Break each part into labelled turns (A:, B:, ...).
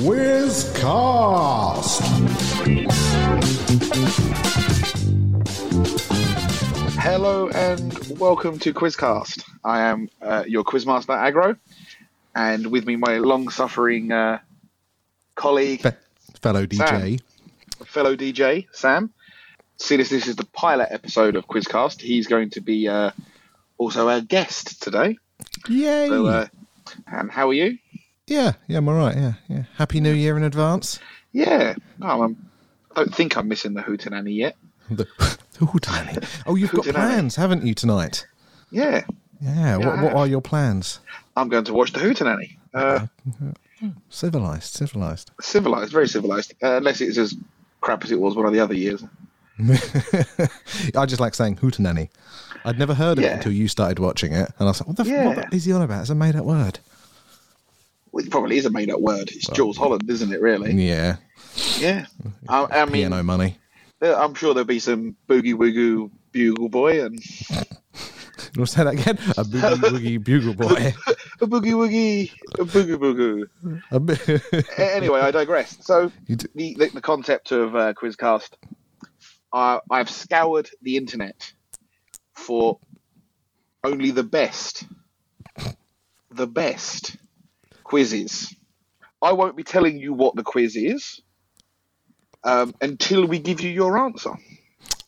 A: Let's cast.
B: Hello and welcome to Quizcast. I am uh, your quizmaster Agro, and with me my long-suffering uh, colleague,
A: Fe- fellow DJ.
B: fellow DJ Sam. Seeing as this is the pilot episode of Quizcast, he's going to be uh, also our guest today.
A: Yay!
B: So, uh, and how are you?
A: yeah, yeah, I'm all right. Yeah, yeah. Happy New Year in advance.
B: Yeah, no, I'm, I don't think I'm missing the hootenanny yet.
A: The, oh, darling. Oh, you've got
B: Hootenanny.
A: plans, haven't you, tonight?
B: Yeah,
A: Yeah.
B: Yeah,
A: What, what
B: I have.
A: are your plans?
B: I'm going to watch the hootenanny. Uh,
A: Civilized, civilized.
B: civilized, very civilized. Uh, unless it's as crap as it was one of the other years.
A: I just like saying hootenanny. I'd never heard of it
B: Yeah.
A: until you started watching it, and I was like, "What the f
B: Yeah.
A: what is he on about? It's a made-up word."
B: Well, it probably is a made-up word. It's Jules Holland, isn't it? Really?
A: Yeah,
B: Yeah. I, I mean,
A: Mm. piano money.
B: there- I'm sure there'll be some boogie woogie bugle boy and
A: We'll say that again. A boogie woogie bugle boy.
B: a boogie woogie, a boogie boogie.
A: A bi-
B: A- anyway, I digress. So
A: You d-
B: the, the the concept of uh, Quizcast, I I've scoured the internet for only the best, the best quizzes. I won't be telling you what the quiz is um, until we give you your answer.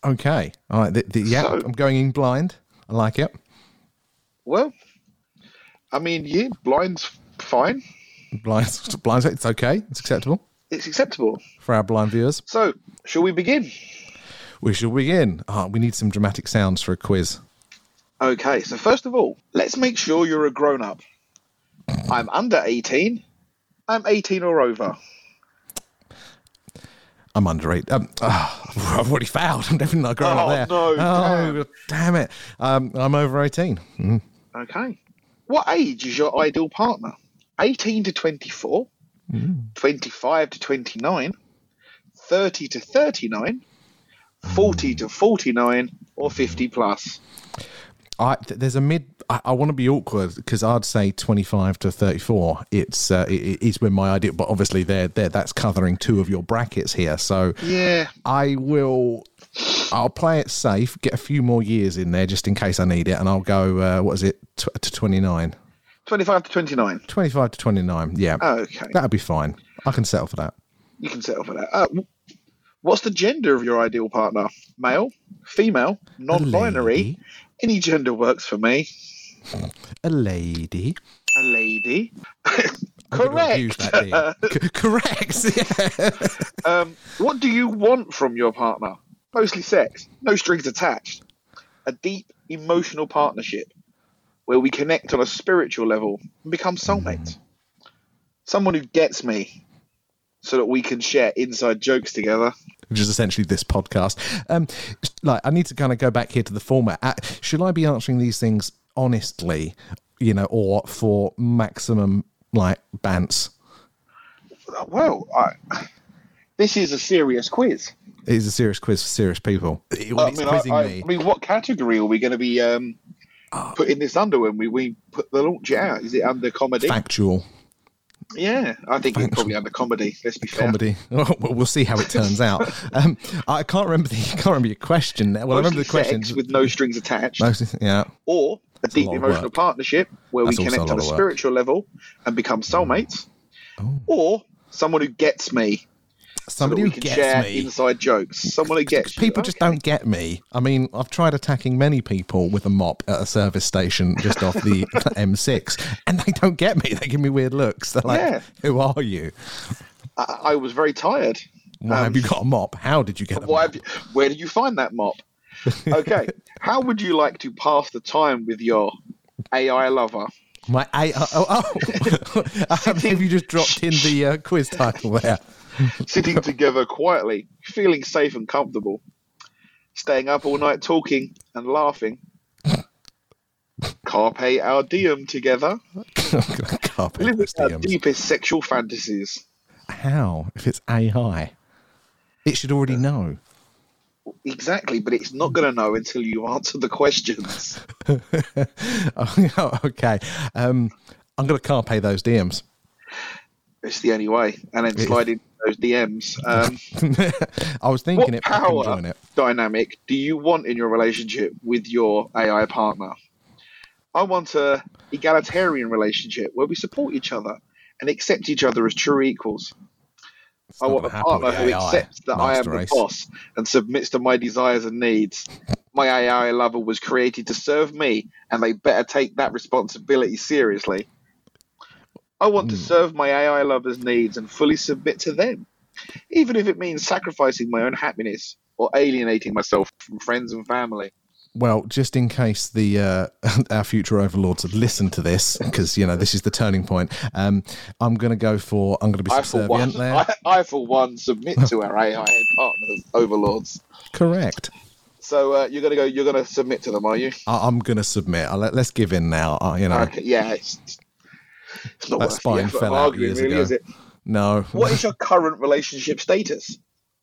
A: Okay. All right. The, the, yeah,
B: So-
A: I'm going in blind. I like it.
B: Well, I mean, yeah, blind's fine.
A: Blind, blind. It's okay. It's acceptable
B: It's acceptable.
A: for our blind viewers.
B: So, shall we begin?
A: We shall begin. Ah, we need some dramatic sounds for a quiz.
B: Okay, so first of all, let's make sure you're a grown up. I'm under 18. I'm 18 or over.
A: I'm under eight. Um, ah, I've already failed. I'm definitely not growing up
B: Oh,
A: there.
B: no,
A: oh, damn, it. Um, I'm over 18. Mm,
B: Okay. What age is your ideal partner? 18 to 24, 25 to 29, 30 to 39, 40 to 49, or 50 plus?
A: I, th- there's a mid. I, I want to be awkward because I'd say 25 to 34. It's uh, it, it's been my idea, but obviously there there that's covering two of your brackets here. So
B: Yeah.
A: I will. I'll play it safe. Get a few more years in there just in case I need it, and I'll go. Uh, what is it? T- to twenty nine.
B: 25 to 29.
A: Twenty five to twenty nine. Yeah,
B: Okay.
A: that'll be fine. I can settle for that.
B: You can settle for that. Uh, what's the gender of your ideal partner? Male, female, non binary?
A: lady.
B: Any gender works for me.
A: A lady.
B: A lady.
A: I'm gonna abuse
B: Correct.
A: That dear. C- correct. Yeah.
B: Um, what do you want from your partner? Mostly sex, no strings attached. A deep emotional partnership where we connect on a spiritual level and become soulmates. Someone who gets me so that we can share inside jokes together.
A: Which is essentially this podcast. Um, like I need to kind of go back here to the format. Uh, should I be answering these things honestly, you know, or for maximum like bants?
B: Well, I, this is a serious quiz.
A: It is a serious quiz for serious people. When
B: I
A: it's
B: mean, I,
A: quizzing
B: I-
A: me, Oh.
B: I mean, what category are we going to be um, putting this under when we, we put the launch it out? Is it under comedy?
A: factual
B: Yeah, I think it's probably under comedy. Let's be fair.
A: comedy. well, we'll see how it turns out. Um, I can't remember the can't remember your question. Well, I remember the
B: Mostly
A: question.
B: sex with no strings attached,
A: Mostly- yeah,
B: or a deep
A: lot of
B: emotional
A: work.
B: partnership where
A: That's
B: we
A: also a
B: connect
A: lot
B: on a
A: of work. Mm.
B: spiritual level and become soulmates, or someone who gets me. That
A: somebody
B: we
A: who
B: can
A: gets
B: share
A: me.
B: inside jokes. Someone who gets you.
A: People just don't get me. I mean, I've tried attacking many people with a mop at a service station just off the M6, and they don't get me. They give me weird looks. They're like,
B: Yeah.
A: "Who are you?
B: I, I was very tired.
A: Why
B: Um,
A: have you got a mop? How did you get a
B: Why
A: mop?"
B: have you, where did you find that mop? Okay. How would you like to pass the time with your AI lover?
A: My AI. Oh, oh. I believe you just dropped in the uh, quiz title there.
B: Sitting together quietly, feeling safe and comfortable, staying up all night talking and laughing. Carpe our diem together,
A: Carpet
B: living our
A: SDMs.
B: deepest sexual fantasies.
A: How? If it's AI, it should already know.
B: Exactly, but it's not going to know until you answer the questions.
A: Oh, okay. Um, I'm going to carpe those DMs.
B: It's the only way. And then
A: It-
B: slide into those DMs. Um,
A: I was thinking it,
B: what
A: but I couldn't
B: power
A: join it.
B: dynamic do you want in your relationship with your AI partner? I want a egalitarian relationship where we support each other and accept each other as true equals.
A: It's
B: I
A: not
B: want a
A: gonna happen
B: partner
A: with
B: who
A: AI,
B: accepts that I am
A: master race.
B: the boss and submits to my desires and needs. My AI lover was created to serve me, and they better take that responsibility seriously. I want
A: Hmm.
B: to serve my AI lover's needs and fully submit to them, even if it means sacrificing my own happiness or alienating myself from friends and family.
A: Well, just in case the uh, our future overlords have listened to this, because you know this is the turning point. Um, I'm going to go for I'm going to be
B: I for one,
A: subservient there.
B: I, I for one submit to our AI partners, overlords.
A: Correct.
B: So uh, you're gonna go. You're gonna submit to them, are you?
A: I, I'm going to submit. I, let, let's give in now. I, you know,
B: Okay, yeah, it's, it's not
A: That
B: worth
A: spine
B: the effort
A: fell
B: of
A: out
B: arguing,
A: years
B: really,
A: ago.
B: is it?
A: no.
B: What is your current relationship status?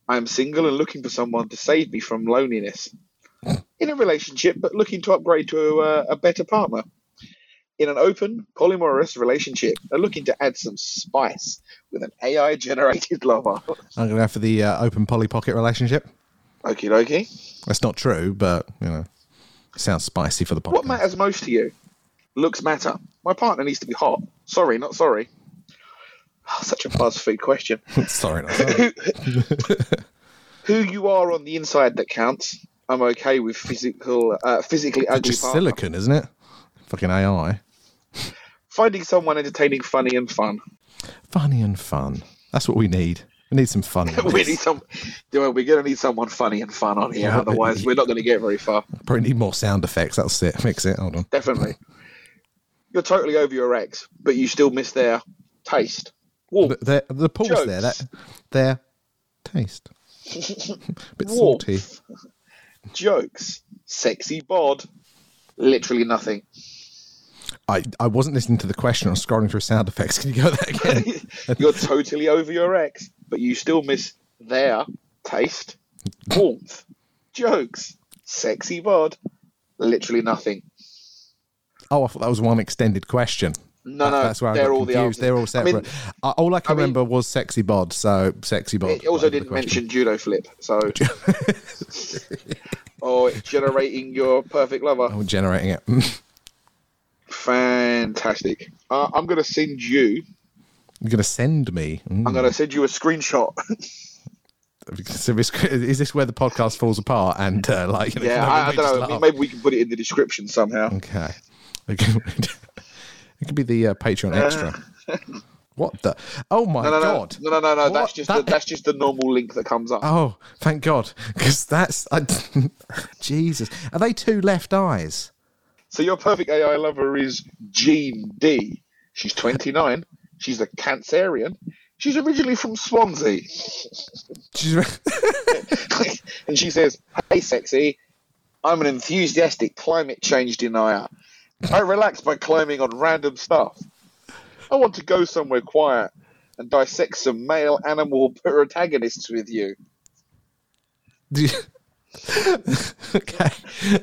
B: I am single and looking for someone to save me from loneliness. In a relationship, but looking to upgrade to a, a better partner. In an open, polyamorous relationship, and looking to add some spice with an AI generated lover.
A: I'm going to go for the uh, open poly pocket relationship.
B: Okie dokie.
A: That's not true, but you know, sounds spicy for the podcast.
B: What matters most to you? Looks matter. My partner needs to be hot. Sorry, not sorry. Such a BuzzFeed question.
A: sorry, not sorry.
B: who, who you are on the inside that counts. I'm okay with physical, uh, physically ugly
A: just
B: partner.
A: silicon, isn't it? Fucking AI.
B: Finding someone entertaining, funny, and fun.
A: Funny and fun. That's what we need. We need some fun. in
B: we
A: this.
B: need some. Well, we're gonna need someone funny and fun on here.
A: Yeah.
B: Otherwise, we're not gonna get very far.
A: Probably need more sound effects. That's it. Fix it. Hold on.
B: Definitely. You're totally over your ex, but you still miss their taste. Warmth.
A: But The, the pause there. That
B: Oh, Jokes.
A: their taste. Bit
B: Warmth.
A: salty.
B: Jokes. Sexy bod. Literally nothing.
A: I, I wasn't listening to the question. I'm scrolling through sound effects. Can you go that again?
B: You're totally over your ex, but you still miss their taste, warmth, jokes, sexy bod, literally nothing.
A: Oh, I thought that was one extended question.
B: No,
A: That-
B: no,
A: that's where I
B: they're
A: got
B: all the
A: confused.
B: answers.
A: They're all
B: I mean-
A: separate. I- all I can
B: I mean-
A: remember was sexy bod. So sexy bod.
B: It
A: over
B: also
A: the
B: didn't
A: question.
B: mention judo flip, so. or generating your perfect lover.
A: I'm Oh, generating it.
B: Fantastic. Uh, I'm going to send you.
A: You're gonna send me. Mm.
B: I'm going to send you a screenshot.
A: So this- is this where the podcast falls apart? And uh, like, you know,
B: yeah,
A: no,
B: I, I
A: we just
B: don't know.
A: laugh.
B: Maybe we can put it in the description somehow.
A: Okay. Okay. it could be the uh, Patreon extra. what the? Oh my
B: No, no, no,
A: god!
B: no, no, no, no.
A: What?
B: That's just
A: That-
B: the, that's just the normal link that comes up.
A: Oh, thank God, because that's I, Jesus. Are they two left eyes?
B: So your perfect AI lover is Jean D. She's 29. She's a Cancerian. She's originally from Swansea.
A: She's re-
B: and she says, Hey, sexy, I'm an enthusiastic climate change denier. I relax by climbing on random stuff. I want to go somewhere quiet and dissect some male animal protagonists with you.
A: okay.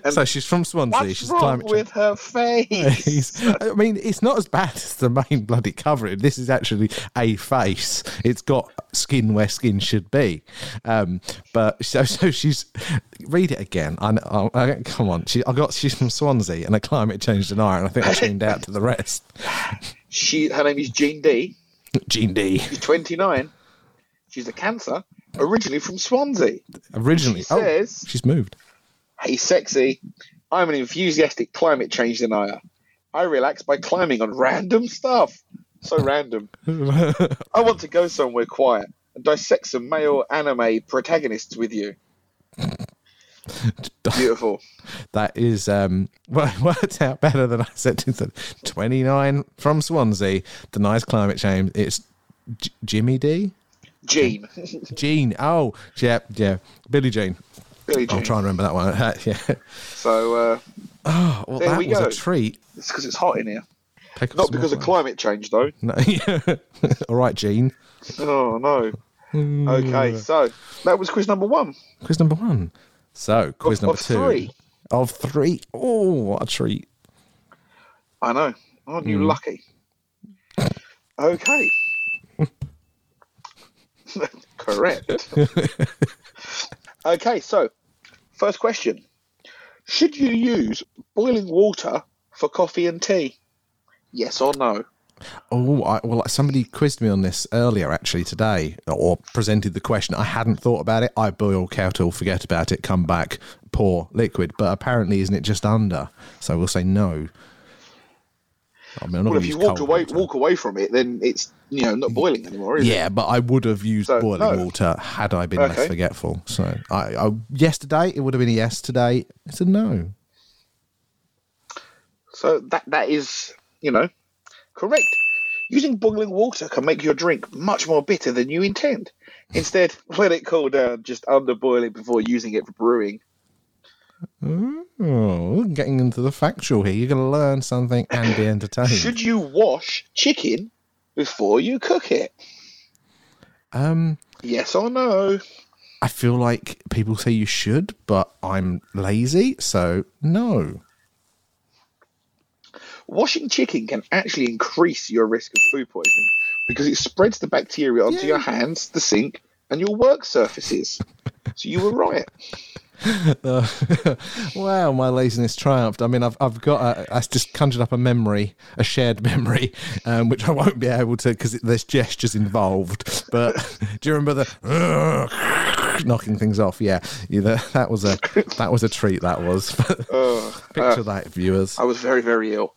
A: so she's from Swansea.
B: What's
A: she's
B: wrong
A: climate
B: with her face?
A: He's- I mean, it's not as bad as the main bloody cover. This is actually a face. It's got skin where skin should be. Um, but so, so she's read it again. I, know- I, I come on. She, I got she's from Swansea and a climate change denier, and I think I tuned out to the rest.
B: She, her name is Jean D.
A: Gene D.
B: She's 29. She's a Cancer, originally from Swansea.
A: Originally,
B: She says-
A: oh, she's moved.
B: Hey, sexy. I'm an enthusiastic climate change denier. I relax by climbing on random stuff. So random. I want to go somewhere quiet and dissect some male anime protagonists with you. Beautiful.
A: That is um, well, it worked out better than I said. Twenty nine from Swansea denies climate change. It's J- Jimmy D.
B: Jean.
A: Jean. Oh, yeah, yeah. Billy Jean.
B: Billy
A: I'll
B: Jean.
A: try and remember that one. yeah.
B: So, uh,
A: Oh, well,
B: There
A: that
B: we
A: was
B: go.
A: a treat.
B: it's because it's hot in here.
A: Pick up
B: Not
A: some
B: because of
A: more
B: climate change, though.
A: flowers. No. All right, Jean.
B: Oh, no. Uh, Okay, so that was quiz number one.
A: Quiz number one. So, quiz number
B: of
A: two.
B: three.
A: Of three. Oh, what a treat. Hmm.
B: I know. Aren't you lucky? Okay. Correct. okay, so first question: Should you use boiling water for coffee and tea? Yes or no?
A: Oh, I, well, somebody quizzed me on this earlier, actually, today, or presented the question. I hadn't thought about it. I boil kettle, forget about it, come back, pour liquid. But apparently, isn't it just under? So we'll say no. I mean, I'm not
B: Well,
A: gonna
B: if you
A: use
B: walked
A: cold
B: away,
A: water.
B: walk away from it, then it's you know not boiling anymore, is it?
A: Yeah, but I would have used
B: So,
A: boiling
B: no.
A: water had I been less
B: Okay.
A: forgetful. So I, I yesterday it would have been a yes. Today it's a no.
B: So that that is you know correct. Using boiling water can make your drink much more bitter than you intend. Instead, let it cool down just under boiling before using it for brewing.
A: Oh, getting into the factual here. You're going to learn something and be entertained.
B: Should you wash chicken before you cook it?
A: um,
B: Yes or no?
A: I feel like people say you should, but I'm lazy, so no.
B: Washing chicken can actually increase your risk of food poisoning because it spreads the bacteria onto
A: Yay.
B: your hands, the sink, and your work surfaces. So you were right.
A: Uh, wow, my laziness triumphed. I mean, I've I've got a, I just conjured up a memory, a shared memory, um, which I won't be able to because there's gestures involved. But do you remember the knocking things off? Yeah, yeah that, that was a that was a treat. That was picture that, viewers.
B: I was very, very ill.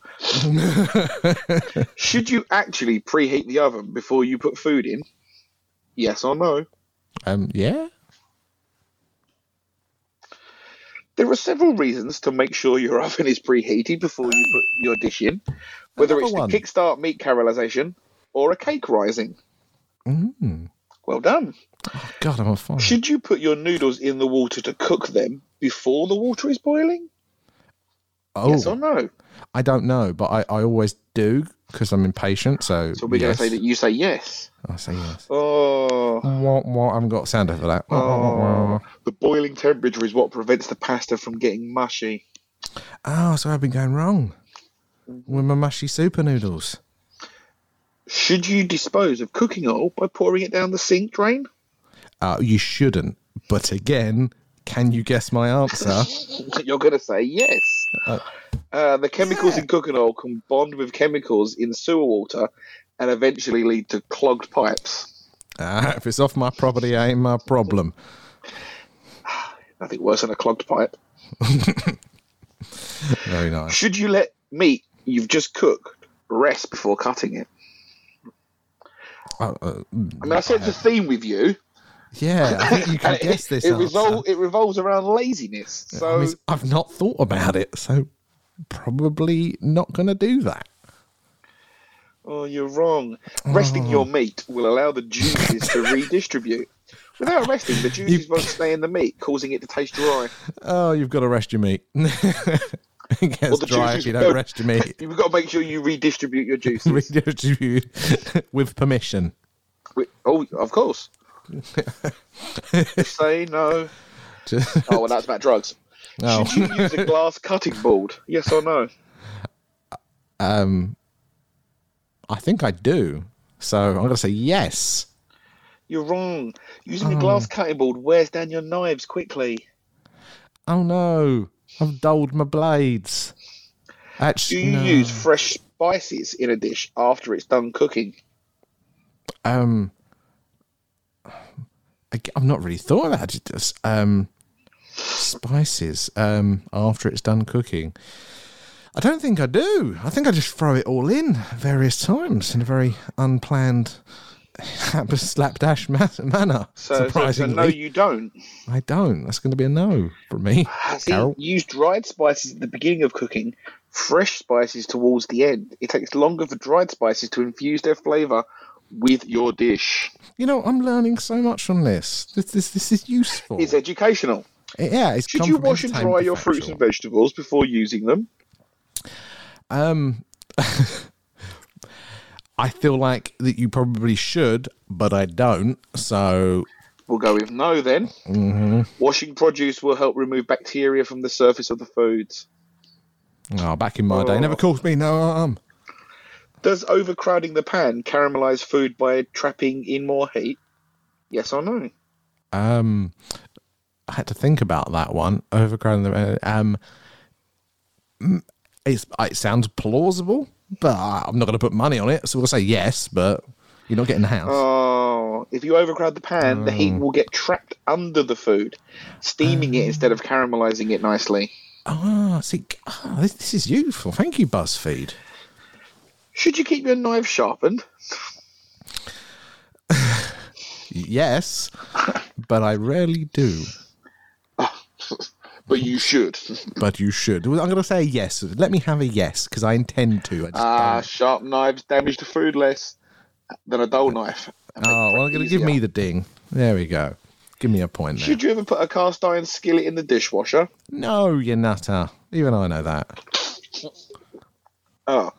B: Should you actually preheat the oven before you put food in? Yes or no?
A: Um, yeah.
B: There are several reasons to make sure your oven is preheated before you put your dish in, whether
A: Another
B: it's
A: one.
B: to kickstart meat caramelization or a cake rising. Well done.
A: Mm-hmm. God, I'm on fire.
B: Should you put your noodles in the water to cook them before the water is boiling?
A: Oh,
B: Yes or no?
A: I don't know, but I, I always do because I'm impatient. So,
B: So we're
A: yes.
B: going to say that you say yes.
A: I say yes.
B: Oh.
A: Wah, wah, I haven't got sound for that. Wah, wah, wah, wah.
B: The boiling temperature is what prevents the pasta from getting mushy.
A: Oh, so I've been going wrong
B: Mm-hmm.
A: with my mushy super noodles.
B: Should you dispose of cooking oil by pouring it down the sink drain?
A: Uh, you shouldn't. But again, can you guess my answer?
B: You're going to say yes. Uh, the chemicals in cooking oil can bond with chemicals in sewer water and eventually lead to clogged pipes.
A: uh, if it's off my property, it ain't my problem.
B: Nothing worse than a clogged pipe.
A: Very nice.
B: Should you let meat you've just cooked rest before cutting it?
A: Uh, uh,
B: I mean, I set the theme with you.
A: yeah, I think you can
B: and
A: guess
B: it,
A: this.
B: It,
A: answer.
B: resol- it revolves around laziness.
A: I
B: So
A: mean, I've not thought about it, so probably not going to do that.
B: Oh, you're wrong. Resting
A: Oh.
B: your meat will allow the juices to redistribute. Without resting, the juices won't stay in the meat, causing it to taste dry.
A: Oh, you've got to rest your meat. it gets
B: the
A: dry
B: juices
A: if you
B: go-
A: don't rest your meat.
B: You've got to make sure you redistribute your juices.
A: Redistribute with permission.
B: Wi- oh, of course. Say no.
A: Just-
B: Oh, well, that's about drugs.
A: Oh.
B: Should you use a glass cutting board? Yes or no?
A: Um, I think I do. So I'm going to say yes.
B: You're wrong. Using a glass cutting board wears down your knives quickly.
A: Oh no, I've dulled my blades.
B: Do
A: Actually,
B: you
A: no.
B: use fresh spices in a dish after it's done cooking?
A: um, I, am not really thought about it. It's, Um, spices. Um, after it's done cooking, I don't think I do. I think I just throw it all in various times in a very unplanned, slapdash ma- manner.
B: So, so, so
A: surprisingly,
B: no, you don't.
A: I don't. That's going to be a no from me.
B: See,
A: Carol?
B: use dried spices at the beginning of cooking, fresh spices towards the end. It takes longer for dried spices to infuse their flavour with your dish.
A: You know, I'm learning so much from this. This this, this is useful.
B: It's educational.
A: yeah, it's
B: Should
A: come
B: you
A: from
B: wash and
A: entertainment
B: dry your
A: to
B: fruits and
A: factual.
B: vegetables before using them?
A: Um, I feel like that you probably should, but I don't. So
B: We'll go with no then. Washing produce will help remove bacteria from the surface of the foods.
A: oh, back in my day, never caused me no harm.
B: Does overcrowding the pan caramelise food by trapping in more heat? Yes or no?
A: Um, I had to think about that one. Overgrown. The, um, mm, it's, it sounds plausible, but I- I'm not going to put money on it. So we'll say yes, but you're not getting the house.
B: Oh, if you overcrowd the pan, the
A: Mm.
B: heat will get trapped under the food, steaming it instead of caramelizing it nicely.
A: Ah, see, ah, this, this is useful. Thank you, BuzzFeed.
B: Should you keep your knife sharpened?
A: Yes, but I rarely do.
B: But you should.
A: But you should. I'm going to say yes. Let me have a yes because I intend to. I just
B: Ah,
A: don't.
B: sharp knives damage the food less than a dull knife.
A: Oh, well, I'm going to give me the ding. There we go. Give me a point there.
B: Should you ever put a cast iron skillet in the dishwasher?
A: No, you nutter. Even I know that.
B: Oh,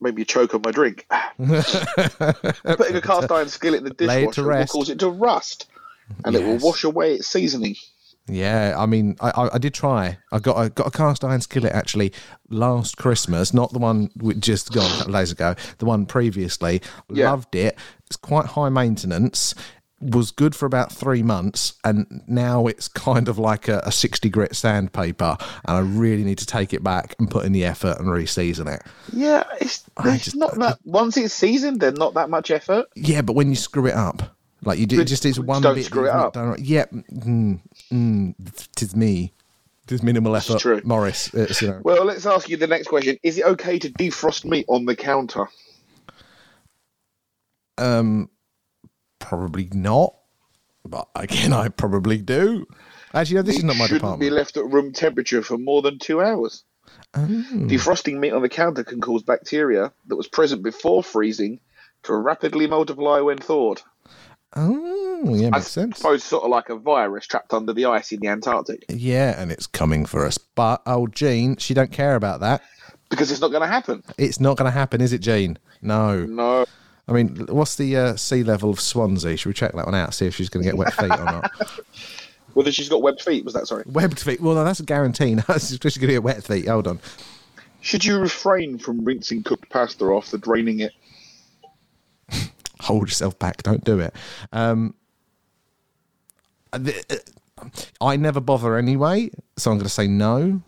B: maybe you choke on my drink. Ah. Putting a cast iron skillet in the
A: Lay it to
B: dishwasher will
A: rest.
B: cause it to rust, and it will
A: Yes.
B: wash away its seasoning.
A: Yeah, I mean, I, I, I did try. I got I got a cast iron skillet actually last Christmas, not the one we just gone a couple days ago, the one previously.
B: Yeah.
A: Loved it. It's quite high maintenance. Was good for about three months, and now it's kind of like a, a sixty grit sandpaper, and I really need to take it back and put in the effort and re-season it.
B: Yeah, it's there's
A: just-
B: not that. Once it's seasoned, there's not that much effort.
A: Yeah, but when you screw it up, like you do, it just is
B: just
A: one
B: don't
A: bit.
B: screw
A: that you've
B: it
A: not
B: up.
A: Done right. Yeah, mm, mm, tis me. Tis minimal effort,
B: true.
A: Morris. It's, you know,
B: Well, let's ask you the next question: Is it okay to defrost meat on the counter?
A: probably not. But again, I probably do. Actually, no, this is
B: It
A: not my
B: shouldn't
A: department. Oh.
B: be left at room temperature for more than two hours. Defrosting meat on the counter can cause bacteria that was present before freezing to rapidly multiply when thawed.
A: oh, yeah, makes sense.
B: suppose sort of like a virus trapped under the ice in the Antarctic.
A: Yeah, and it's coming for us. But old Jean, she don't care about that.
B: Because it's not going to happen.
A: It's not going to happen, is it, Jean? No.
B: No.
A: I mean, what's the uh, sea level of Swansea? Should we check that one out? See if she's going to get wet feet or not.
B: Whether she's got webbed feet, was that sorry?
A: Webbed feet. Well, no, that's a guarantee. No, it's just going to be a wet feet. Hold on.
B: Should you refrain from rinsing cooked pasta after draining it?
A: Hold yourself back. Don't do it. Um, th- uh, I never bother anyway, so I'm going to say no.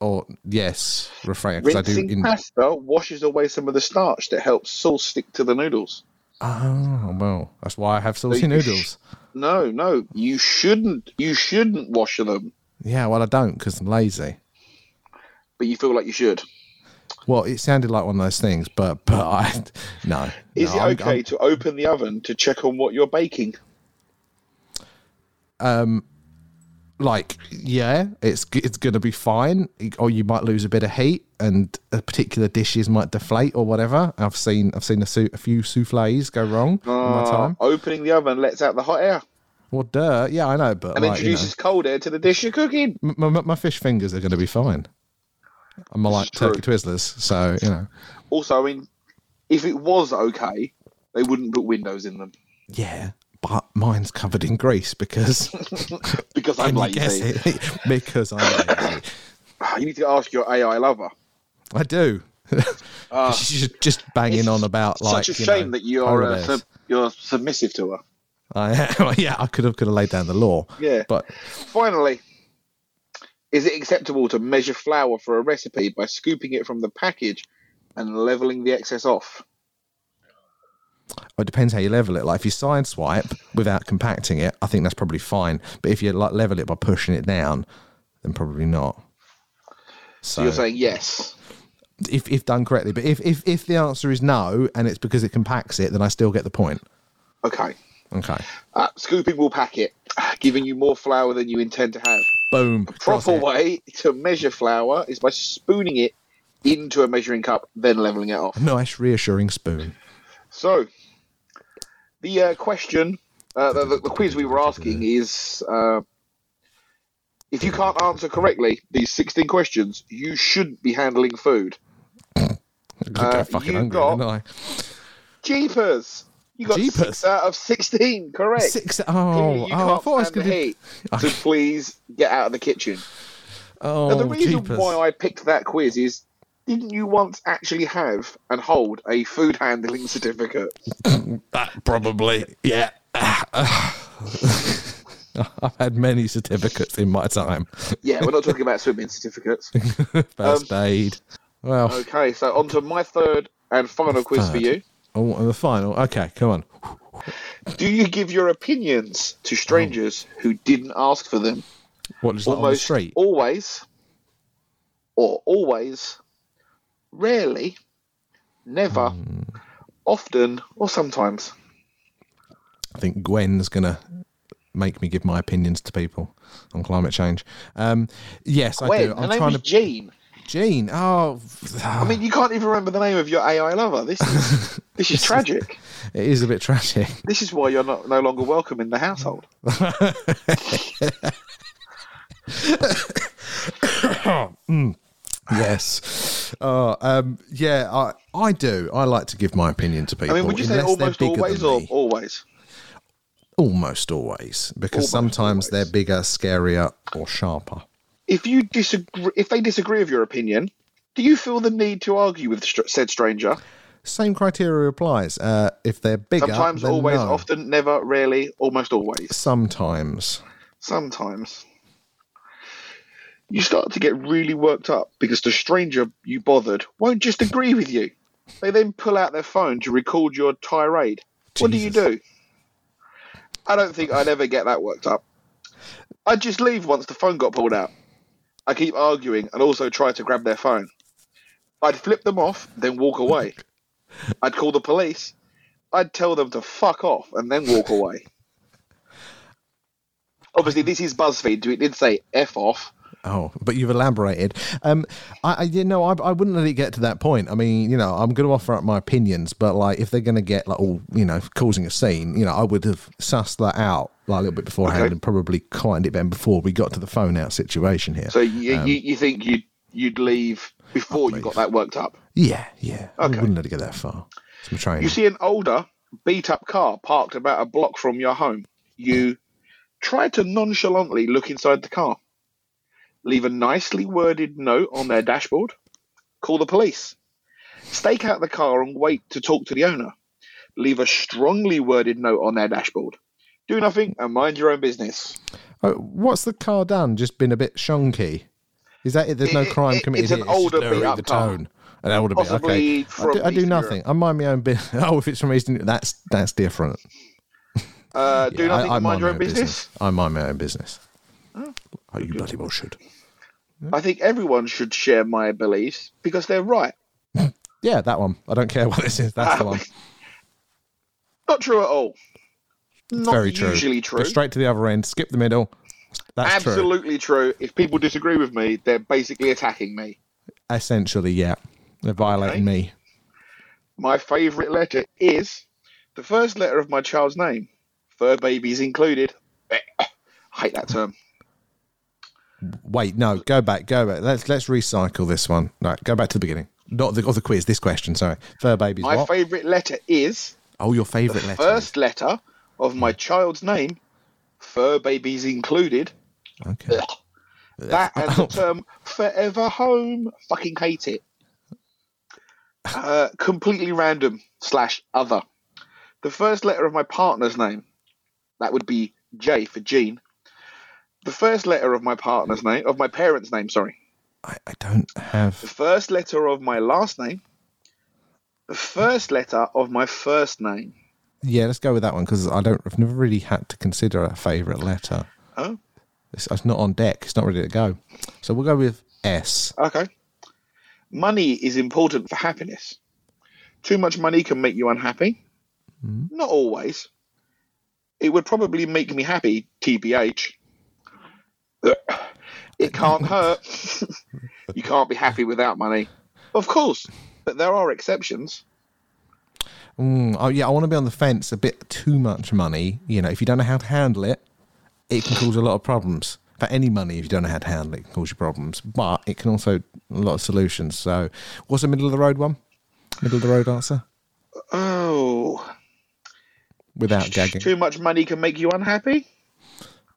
A: Or yes, refrain because I do.
B: Rinsing
A: In-
B: pasta washes away some of the starch that helps sauce stick to the noodles.
A: oh well, that's why I have saucy noodles.
B: No, no, you shouldn't. You shouldn't wash them,
A: Yeah, well I don't because I'm lazy.
B: but you feel like you should.
A: Well, it sounded like one of those things, but but I no.
B: Is
A: no,
B: it
A: I'm-
B: okay to open the oven to check on what you're baking?
A: like yeah it's g- it's gonna be fine or you might lose a bit of heat and uh, particular dishes might deflate or whatever i've seen i've seen a, sou- a few souffles go wrong in
B: Ah.
A: my time
B: Uh, Opening the oven lets out the hot air
A: well duh yeah i know but
B: and
A: like, you know,
B: introduces cold air to the dish you're cooking.
A: m- m- my fish fingers are gonna be fine i'm like
B: true.
A: turkey twizzlers so you know
B: Also, I mean, if it was okay, they wouldn't put windows in them
A: yeah but mine's covered in grease because
B: because I'm
A: can you
B: lazy.
A: guess it because i'm lazy
B: Ah, You need to ask your AI lover.
A: i do she's just banging on about like
B: Ah. Such a
A: you
B: shame
A: know,
B: that you're
A: polar
B: uh,
A: bears.
B: sub- you're submissive to her.
A: I, well, yeah, I could have could have laid down the law.
B: Yeah.
A: but
B: Finally, is it acceptable to measure flour for a recipe by scooping it from the package and leveling the excess off?
A: it depends how you level it. Like if you sideswipe without compacting it, I think that's probably fine. But if you like level it by pushing it down, then probably not.
B: So
A: So
B: you're saying yes.
A: if if done correctly, but if if if the answer is no and it's because it compacts it, then I still get the point.
B: Okay.
A: Okay,
B: Uh, scooping will pack it, giving you more flour than you intend to have.
A: boom.
B: Proper
A: Crosshair.
B: way to measure flour is by spooning it into a measuring cup, then leveling it off.
A: Nice reassuring spoon.
B: So, the uh, question, uh, the, the, the quiz we were asking is uh, if you can't answer correctly these 16 questions, you shouldn't be handling food.
A: I'm gonna
B: Uh,
A: get fucking
B: you
A: hungry,
B: got-
A: didn't I?
B: Jeepers! You got
A: Jeepers.
B: six out of 16, correct.
A: Six.
B: Clearly
A: Oh,
B: you
A: oh I
B: can't
A: thought I was going
B: stand the
A: to.
B: heat, so please get out of the kitchen.
A: Oh,
B: Now, the reason
A: jeepers.
B: why I picked that quiz is didn't you once actually have and hold a food handling certificate?
A: That probably, yeah. I've had many certificates in my time.
B: Yeah, we're not talking about swimming certificates.
A: First aid. Well,
B: Um, Okay, so on to my third and final quiz for
A: Third.
B: you.
A: oh, and the final. Okay, come on.
B: Do you give your opinions to strangers
A: Oh.
B: who didn't ask for them?
A: What just like on the
B: Almost
A: street?
B: always, or always, rarely, never,
A: Hmm.
B: often, or sometimes.
A: I think Gwen's gonna make me give my opinions to people on climate change. Um, yes, I
B: When
A: do.
B: her
A: I'm
B: name
A: trying
B: was
A: to.
B: Jean.
A: Jean. Oh,
B: I mean, you can't even remember the name of your AI lover. This is this is tragic.
A: it is a bit tragic.
B: This is why you're not no longer welcome in the household.
A: Yes. Oh, um, yeah. I I do. I like to give my opinion to people.
B: I mean, would you say
A: unless they're
B: almost
A: bigger than
B: always or
A: me.
B: always?
A: almost always? Because
B: Almost
A: sometimes
B: always.
A: they're bigger, scarier, or sharper.
B: If you disagree, if they disagree with your opinion, do you feel the need to argue with str- said stranger?
A: Same criteria applies. Uh, if they're bigger,
B: Sometimes,
A: then
B: always,
A: no.
B: often, never, rarely, almost always.
A: Sometimes.
B: sometimes you start to get really worked up because the stranger you bothered won't just agree with you. They then pull out their phone to record your tirade. What do you
A: Jesus.
B: do? I don't think I'd ever get that worked up. I'd just leave once the phone got pulled out. I keep arguing and also try to grab their phone. I'd flip them off, then walk away. I'd call the police. I'd tell them to fuck off and then walk away. Obviously, this is BuzzFeed. It did say F off.
A: Oh, but you've elaborated. Um, I, I you know, I, I wouldn't let it get to that point. I mean, you know, I'm going to offer up my opinions, but like, if they're going to get like all, you know, causing a scene, you know, I would have sussed that out like a little bit beforehand
B: Okay.
A: and probably quieted it down before we got to the phone out situation here.
B: So you, you, you think you'd, you'd Um, leave before you got that worked up.
A: yeah, yeah,
B: Okay.
A: I wouldn't let it get that far. Some training.
B: You see an older, beat up car parked about a block from your home. You try to nonchalantly look inside the car, leave a nicely worded note on their dashboard, call the police, stake out the car and wait to talk to the owner, leave a strongly worded note on their dashboard. Do nothing and mind your own business.
A: oh, what's the car done? Just been a bit shonky. Is that it? There's no
B: It- it-
A: crime
B: it-
A: committed
B: it's an
A: here.
B: older
A: just lowering
B: beat-up
A: the
B: car.
A: tone. An older bit.
B: Possibly
A: Okay. I
B: from
A: do, I do
B: Eastern
A: nothing. I mind my own business. Oh, if it's from Eastern, that's that's different.
B: Uh, do
A: Yeah,
B: nothing and mind your own business.
A: I mind my own business. Oh, you bloody well should.
B: I think everyone should share my beliefs because they're right.
A: Yeah, that one. I don't care what this is. That's the one.
B: Not true at all. Not
A: Very true.
B: usually
A: Go
B: true.
A: straight to the other end. Skip the middle. That's true.
B: Absolutely true. If people disagree with me, they're basically attacking me.
A: Essentially, yeah. They're violating me.
B: My favourite letter is the first letter of my child's name. Fur babies included. Eh, hate that term.
A: Wait, no. Go back. Go back. Let's let's recycle this one. Right. Go back to the beginning. Not the or the quiz. This question. Sorry. Fur babies.
B: My
A: what?
B: favourite letter is
A: oh, your favourite letter.
B: first letter of my child's name. Fur babies included.
A: Okay.
B: That and the term forever home. Fucking hate it. Uh, completely random slash other. The first letter of my partner's name. That would be J for Jean. The first letter of my partner's name, of my parents' name, sorry.
A: I, I don't
B: The
A: have.
B: first letter of my last name. The first letter of my first name.
A: Yeah, let's go with that one because I don't. I've never really had to consider a favourite letter.
B: Oh,
A: It's, it's not on deck. It's not ready to go. So we'll go with S.
B: okay. Money is important for happiness. Too much money can make you unhappy. Not always. It would probably make me happy, TBH. It can't hurt. you can't be happy without money. Of course, but there are exceptions.
A: Mm, oh yeah, I want to be on the fence. A bit too much money. You know, if you don't know how to handle it, it can cause a lot of problems. For any money, if you don't know how to handle it, it can cause you problems. But it can also a lot of solutions. So, what's the middle of the road one? Middle of the road answer
B: Oh,
A: without gagging.
B: too much money can make you unhappy?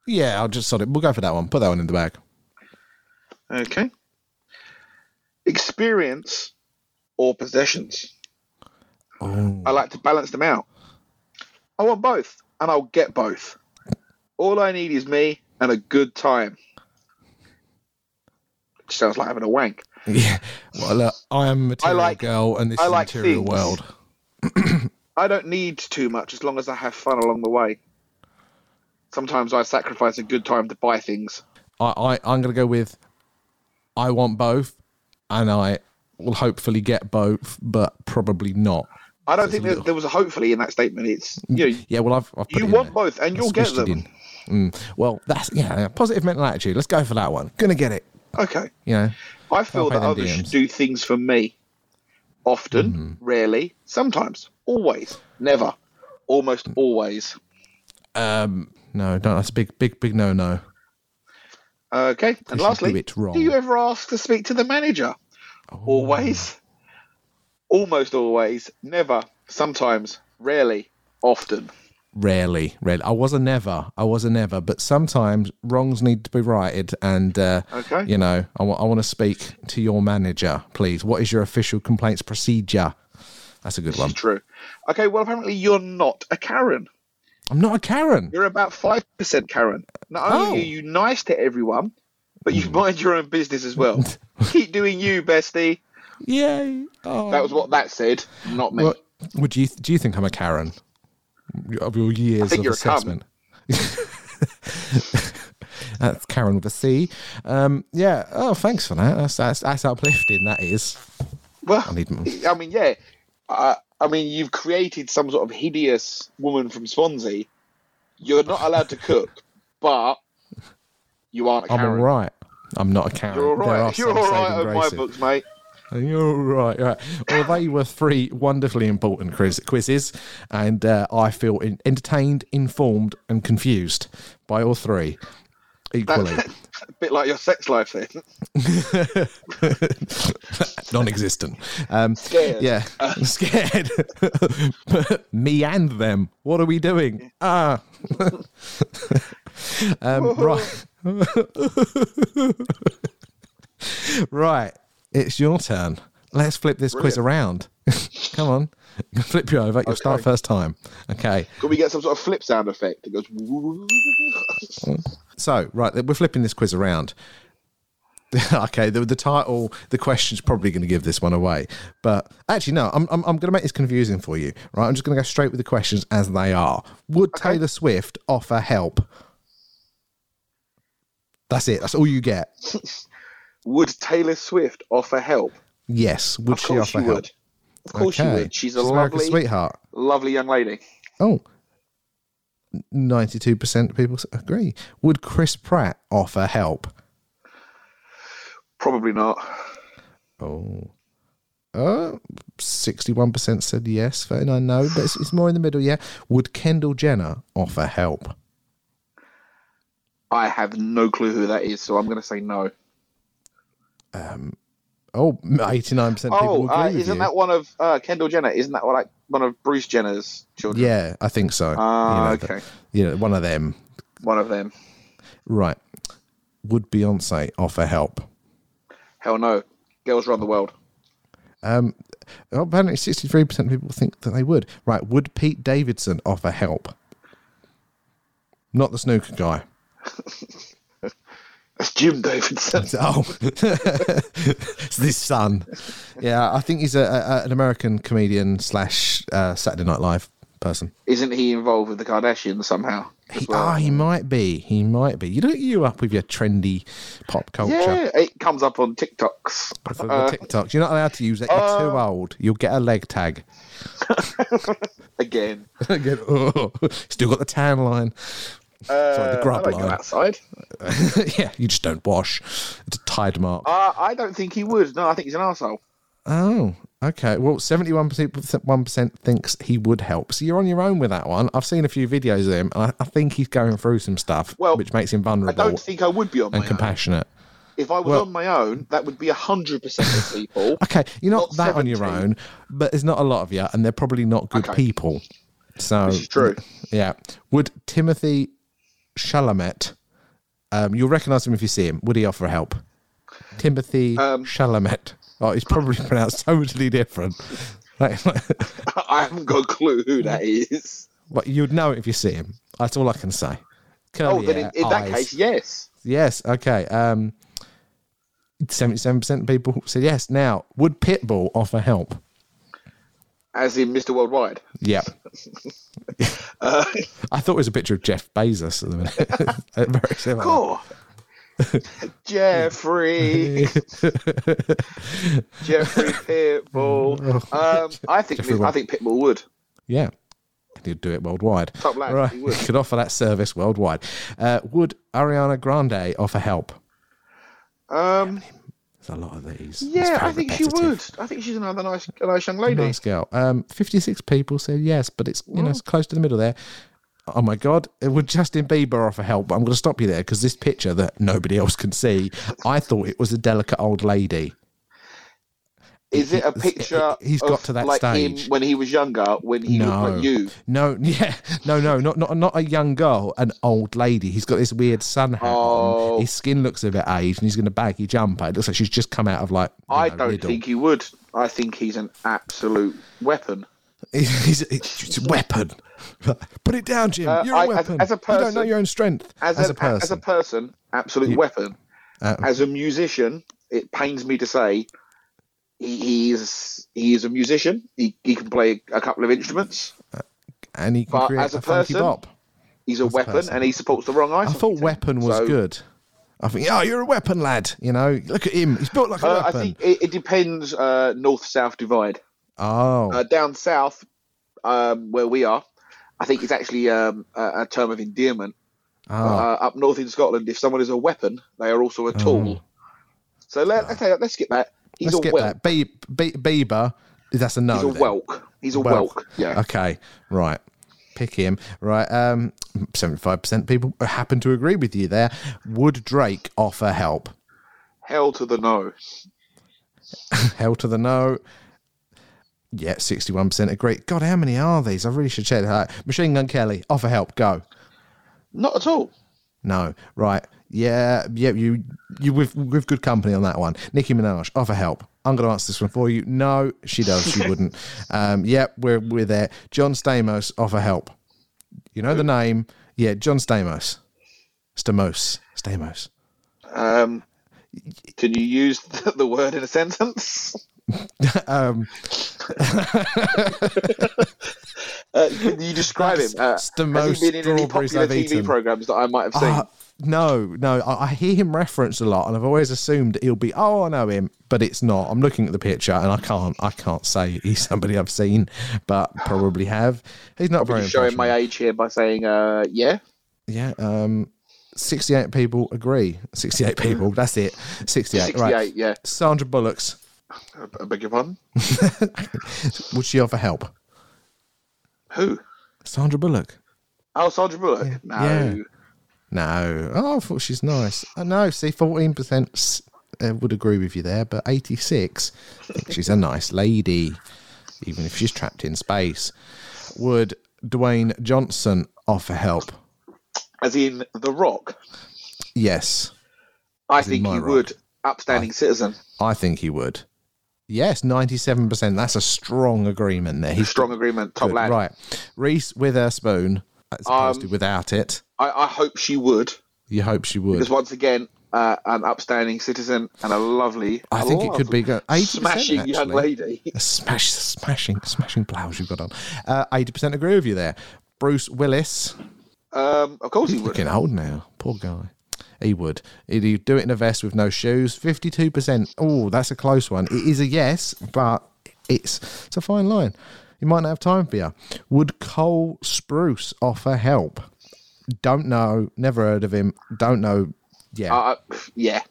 A: Yeah, I'll just sort it. We'll go for that one. Put that one in the bag.
B: Okay. Experience or possessions?
A: Oh,
B: I like to balance them out. I want both. and I'll get both. All I need is me and a good time. Which sounds like having a wank.
A: Yeah. Well, look, I am a material
B: like-
A: girl, and this
B: I
A: is
B: like
A: the material
B: things.
A: world.
B: I don't need too much as long as I have fun along the way. Sometimes I sacrifice a good time to buy things.
A: I, I I'm going to go with I want both, and I will hopefully get both, but probably not.
B: I don't think there, there was a hopefully in that statement. It's you. Know,
A: Yeah, well, I've, I've put
B: you
A: it in
B: want
A: there.
B: both, and you'll
A: I've
B: get
A: squished it
B: them.
A: in. Mm. Well, that's yeah, yeah, positive mental attitude. Let's go for that one. Gonna get it.
B: Okay.
A: You know,
B: I feel
A: I'll pay
B: that
A: them
B: others should
A: DMs.
B: do things for me. Often,
A: Mm-hmm.
B: rarely, sometimes, always, never, almost
A: Mm.
B: always.
A: no, no, that's a big, big, big no, no.
B: Okay. And
A: should
B: lastly,
A: do it wrong. Oh.
B: you ever ask to speak to the manager? Always, almost always, never, sometimes, rarely, often.
A: Rarely, rarely. I was a never. I was a never. But sometimes wrongs need to be righted, and uh,
B: Okay.
A: you know, I want to speak to your manager, please. What is your official complaints procedure? That's a good one.
B: True. Okay. Well, apparently you're not a Karen.
A: I'm not a Karen.
B: You're about five percent Karen. Not only
A: Oh. Mm.
B: are you nice to everyone, but you mind your own business as well. Keep doing you, bestie.
A: Yay! Oh.
B: That was what that said, not me.
A: What, would you do? You think I'm a Karen? Of your years
B: think
A: of
B: you're a cum.
A: assessment. that's Karen with a C. Um, yeah. Oh, thanks for that. That's that's, that's uplifting. That is.
B: well,
A: I need. m-
B: I mean, yeah. Uh, I mean, you've created some sort of hideous woman from Swansea. You're not allowed to cook, but you aren't a
A: I'm all
B: Karen.
A: right. I'm not a Karen.
B: You're all
A: There are
B: right. You're
A: some
B: all right
A: saving
B: on my
A: graces.
B: books, mate.
A: You're all right, all right. Well, they were three wonderfully important quiz- quizzes, and uh, I feel in- entertained, informed, and confused by all three equally.
B: A bit like your sex life, then.
A: non-existent. Um,
B: Scared.
A: Yeah, I'm scared. But me and them. What are we doing? Ah. um, right. right. It's your turn. Let's flip this quiz around. Come on. Flip you over. You'll start first time. Okay.
B: Could we get some sort of flip sound effect that goes? "Woo?"
A: So, right, we're flipping this quiz around. okay, the, the title, the question's probably going to give this one away. But actually, no, I'm, I'm, I'm going to make this confusing for you, right? I'm just going to go straight with the questions as they are. Would Taylor Swift offer help? That's it. That's all you get.
B: Would Taylor Swift offer help?
A: Yes. Would
B: Of
A: she
B: course
A: offer
B: she
A: help?
B: would. Of course she would. She's a
A: America's
B: lovely,
A: sweetheart.
B: lovely young lady.
A: Oh, 92% of people s- agree. Would Chris Pratt offer help?
B: Probably not.
A: Oh. Uh, 61% said yes, 39 no, but it's, it's more in the middle, yeah. Would Kendall Jenner offer help?
B: I have no clue who that is, so I'm going to say no.
A: Oh, 89% people
B: Oh,
A: agree
B: uh,
A: with
B: isn't
A: you.
B: that one of uh, Kendall Jenner? Isn't that like one of Bruce Jenner's children?
A: yeah, I think so.
B: Ah,
A: you know,
B: okay.
A: the- you know, one of them.
B: One of them.
A: Right. Would Beyonce offer help?
B: Hell no. Girls run the world.
A: Oh, apparently 63% of people think that they would. Right. Would Pete Davidson offer help? Not the snooker guy.
B: That's Jim Davidson.
A: Oh, it's this son. Yeah, I think he's a, a, an American comedian slash uh, Saturday Night Live person.
B: Isn't he involved with the Kardashians somehow? as
A: He,
B: well?
A: ah, he might be. He might be. You don't you up with your trendy pop culture.
B: yeah, Uh-huh. it comes up on TikToks.
A: For the TikToks. You're not allowed to use it. You're
B: Um,
A: too old. You'll get a leg tag.
B: Again.
A: Again, oh, still got the tan line. Sorry, the
B: Uh, I
A: grub
B: don't go
A: line.
B: outside.
A: yeah, you just don't wash. It's a tide mark.
B: Uh, I don't think he would. No, I think he's an arsehole.
A: Oh, okay. Well, 71% thinks he would help. So you're on your own with that one. I've seen a few videos of him, and I, I think he's going through some stuff,
B: Well,
A: which makes him
B: I
A: vulnerable
B: don't think I would be on my
A: and
B: own.
A: compassionate.
B: If I was on my own, that would be 100% of people.
A: Okay, you're not,
B: Not
A: that on your
B: 17.
A: own, but there's not a lot of you, and they're probably not good
B: Okay.
A: people. So,
B: It's true.
A: yeah. Would Timothy Chalamet, um, you'll recognize him if you see him, would he offer help? Timothy
B: Um,
A: Chalamet. Oh, it's probably pronounced totally different. Like-
B: I haven't got a clue who that is.
A: But you'd know it if you see him. That's all I can say.
B: Oh,
A: Curly
B: then
A: hair,
B: in, in that
A: eyes.
B: case, yes.
A: Yes. Okay. Um, 77% of people said yes. Now, would Pitbull offer help?
B: As in Mr. Worldwide. Uh,
A: Yep. I thought it was a picture of Jeff Bezos at the minute. Very similar.
B: Cool. Jeffrey. Jeffrey Pitbull. Um, I think
A: Oh, Jeffrey
B: I think Pitbull would.
A: Yeah. He'd do it worldwide.
B: Top lad,
A: Right.
B: he would.
A: Could offer that service worldwide. Uh, would Ariana Grande offer help?
B: Um,
A: There's a lot of these. It's very
B: yeah, I think she
A: repetitive.
B: would. I think she's another nice, a nice young lady.
A: Nice girl. Um, 56 people said yes, but it's, you know, it's close to the middle there. Oh my God. It would Justin Bieber offer help? But I'm going to stop you there because this picture that nobody else can see, I thought it was a delicate old lady.
B: Is it a
A: It's-
B: picture?
A: it- he's
B: of,
A: got to that
B: like
A: stage.
B: him when he was younger, when he
A: No.
B: looked like you.
A: No, yeah, no, no, not not not a young girl, an old lady. He's got this weird sun hat on.
B: Oh.
A: His skin looks a bit aged, and he's got a baggy jumper. It looks like she's just come out of like. you
B: I
A: know,
B: don't
A: Lidl.
B: think he would. I think he's an absolute weapon.
A: he's, he's a weapon. Put it down, Jim.
B: Uh,
A: You're a
B: I- as-
A: weapon.
B: as a
A: you don't know
B: person-
A: your own strength.
B: As,
A: as
B: an-
A: a person, Uh,
B: as a person, absolute weapon. as a musician, it pains me to say, he, he is he is a musician. He, he can play a couple of instruments.
A: and he can
B: but
A: create
B: as a
A: funky
B: person-
A: bop.
B: He's a weapon,
A: person.
B: and he supports the wrong
A: I
B: item.
A: thought weapon was
B: So-
A: good. I think, oh, you're a weapon, lad. You know, look at him. He's built like a
B: Uh, I
A: weapon.
B: think it, it depends uh, north south divide.
A: oh,
B: Uh, down south, um, where we are, I think it's actually um, a, a term of endearment.
A: ah,
B: Uh, up north in Scotland, if someone is a weapon, they are also a tool. So let, let's, say- let's skip that. He's
A: Oh. Ah. let's
B: a
A: get
B: whelk.
A: that. Be- Be- Bieber, that's a no.
B: He's a
A: then.
B: whelk. He's a
A: Well,
B: whelk. Yeah.
A: Okay. Right. Pick him. Right. Um, 75% people happen to agree with you there. Would Drake offer help?
B: Hell to the no.
A: Hell to the no. Yeah, 61% agree. God, how many are these? I really should check that out. Machine Gun Kelly, offer help. Go.
B: Not at all.
A: No. Right. Yeah. Yeah. You, you, with, with good company on that one. Nicki Minaj, offer help. I'm going to answer this one for you. No, she does. She wouldn't. Um, yep. We're, we're there. John Stamos, offer help. You know the name. Yeah. John Stamos. Stamos. Stamos.
B: Um, can you use the, the word in a sentence?
A: Um,
B: Uh, can you describe him? Uh,
A: That's the
B: has
A: most
B: he been in any
A: strawberries
B: popular
A: I've
B: TV
A: eaten.
B: programs that I might have seen?
A: uh, no, no. I, I hear him referenced a lot, and I've always assumed he'll be. Oh, I know him, but it's not. I'm looking at the picture, and I can't. I can't say he's somebody I've seen, but probably have. He's not very.
B: Just showing
A: impressionable.
B: my age here by saying, uh, yeah.
A: Yeah. Um, 68 people agree. 68 people. That's it. 68.
B: 68,
A: Right.
B: yeah.
A: Sandra Bullock's.
B: I beg your pardon?
A: Would she offer help?
B: Who?
A: Sandra Bullock.
B: Oh, Sandra Bullock? No.
A: yeah. No. Oh, I thought she's nice. I know. See, 14% s- uh, would agree with you there, but 86 think she's a nice lady, even if she's trapped in space. Would Dwayne Johnson offer help?
B: As in The Rock.
A: Yes.
B: I think
A: My
B: he
A: Rock. Ah.
B: would. Upstanding citizen.
A: I think he would. Yes, 97%. That's a strong agreement there. He's
B: Strong agreement. Top
A: Good,
B: lad.
A: Right. Reese Witherspoon, as
B: Um,
A: opposed to without it.
B: I, I hope she would.
A: You hope she would.
B: Because once again, uh, an upstanding citizen and a lovely,
A: I think it could be go- 80%,
B: smashing young
A: actually.
B: lady.
A: A smash, smashing, smashing blouse you've got on. Uh, 80% agree with you there. Bruce Willis.
B: Um, of course he would.
A: Looking old now. Poor guy. He would. He'd he'd do it in a vest with no shoes. 52%. Oh, that's a close one. It is a yes, but it's, it's a fine line. You might not have time for you. Would Cole Spruce offer help? Don't know. Never heard of him. Don't know. Yeah.
B: Uh, yeah.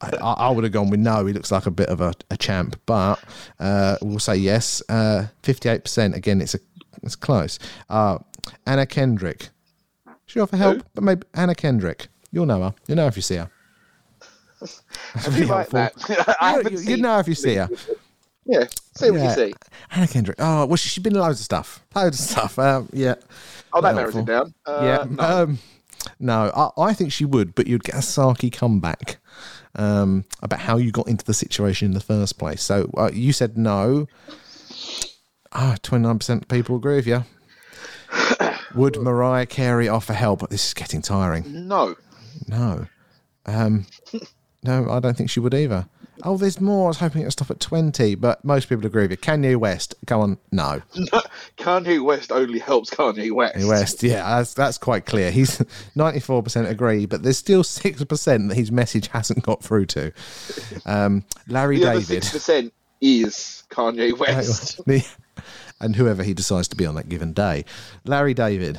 A: I, I would have gone with no. He looks like a bit of a, a champ, but uh, we'll say yes. Uh, Fifty-eight percent. Again, it's a it's close. Uh, Anna Kendrick. She offer help, but maybe Anna Kendrick. You'll know her. You know if you see her. That's
B: If you like that. I
A: You,
B: haven't
A: you
B: seen.
A: know if you see her.
B: Yeah, see what
A: Yeah.
B: you see.
A: Anna Kendrick. Oh, well, she- she's been in loads of stuff. Loads of stuff. Um, yeah.
B: Oh, that
A: Not
B: narrows
A: helpful.
B: it down. Uh,
A: yeah.
B: no.
A: Um, no, I, I think she would, but you'd get a sarky comeback um, about how you got into the situation in the first place. So uh, you said no. Ah, 29% of people agree with you. Would Mariah Carey offer help? This is getting tiring.
B: No.
A: No. Um, no, I don't think she would either. Oh, there's more. I was hoping it would stop at 20, but most people agree with you. Kanye West, go on. No.
B: Kanye West only helps Kanye West.
A: Kanye West, yeah, that's, that's quite clear. He's 94% agree, but there's still 6% that his message hasn't got through to. Um, Larry
B: the other
A: David.
B: six percent is Kanye West.
A: and whoever he decides to be on that given day. Larry David.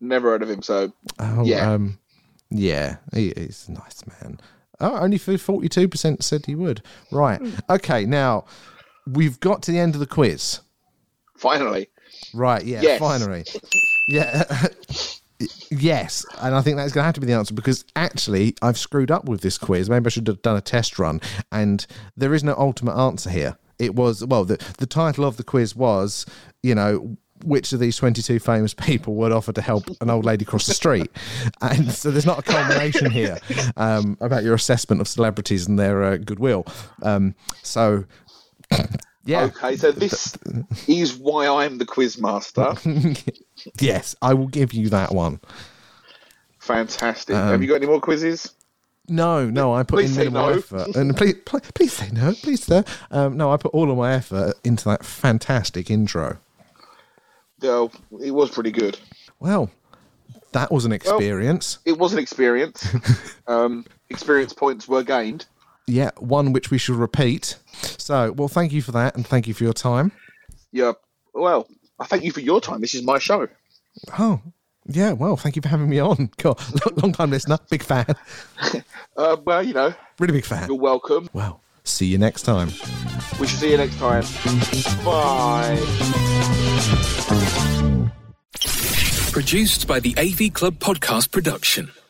B: Never heard of him, so
A: Oh,
B: Yeah.
A: Um, yeah, he, he's a nice man. Oh, only forty-two percent said he would. Right.
B: Hmm.
A: Okay. Now we've got to the end of the quiz.
B: finally,
A: Right. Yeah.
B: Yes.
A: Finally. Yeah. yes. And I think that's going to have to be the answer because actually I've screwed up with this quiz. Maybe I should have done a test run. And there is no ultimate answer here. It was well the the title of the quiz was you know. Which of these 22 famous people would offer to help an old lady cross the street? And so there's not a culmination here um, about your assessment of celebrities and their uh, goodwill. Um, so, yeah.
B: okay. So this is why I'm the quiz master.
A: Yes, I will give you that one.
B: Fantastic.
A: Um,
B: Have you got any more quizzes?
A: No, no, I put
B: Please
A: in
B: say
A: minimal
B: no.
A: effort, and please, please, please say no, please sir. Um, no, I put all of my effort into that fantastic intro.
B: No, it was pretty good.
A: Well, that was an experience.
B: It was an experience. um, experience points were gained.
A: Yeah, one which we shall repeat. So, well, thank you for that, and thank you for your time.
B: Yeah. Well, I thank you for your time. This is my show.
A: Oh, yeah, well, thank you for having me on. God, long time listener, big fan,
B: Uh, well, you know,
A: really big
B: you're
A: fan.
B: welcome.
A: Well, see you next time.
B: We shall see you next time. Bye.
C: Produced by the AV Club Podcast Production.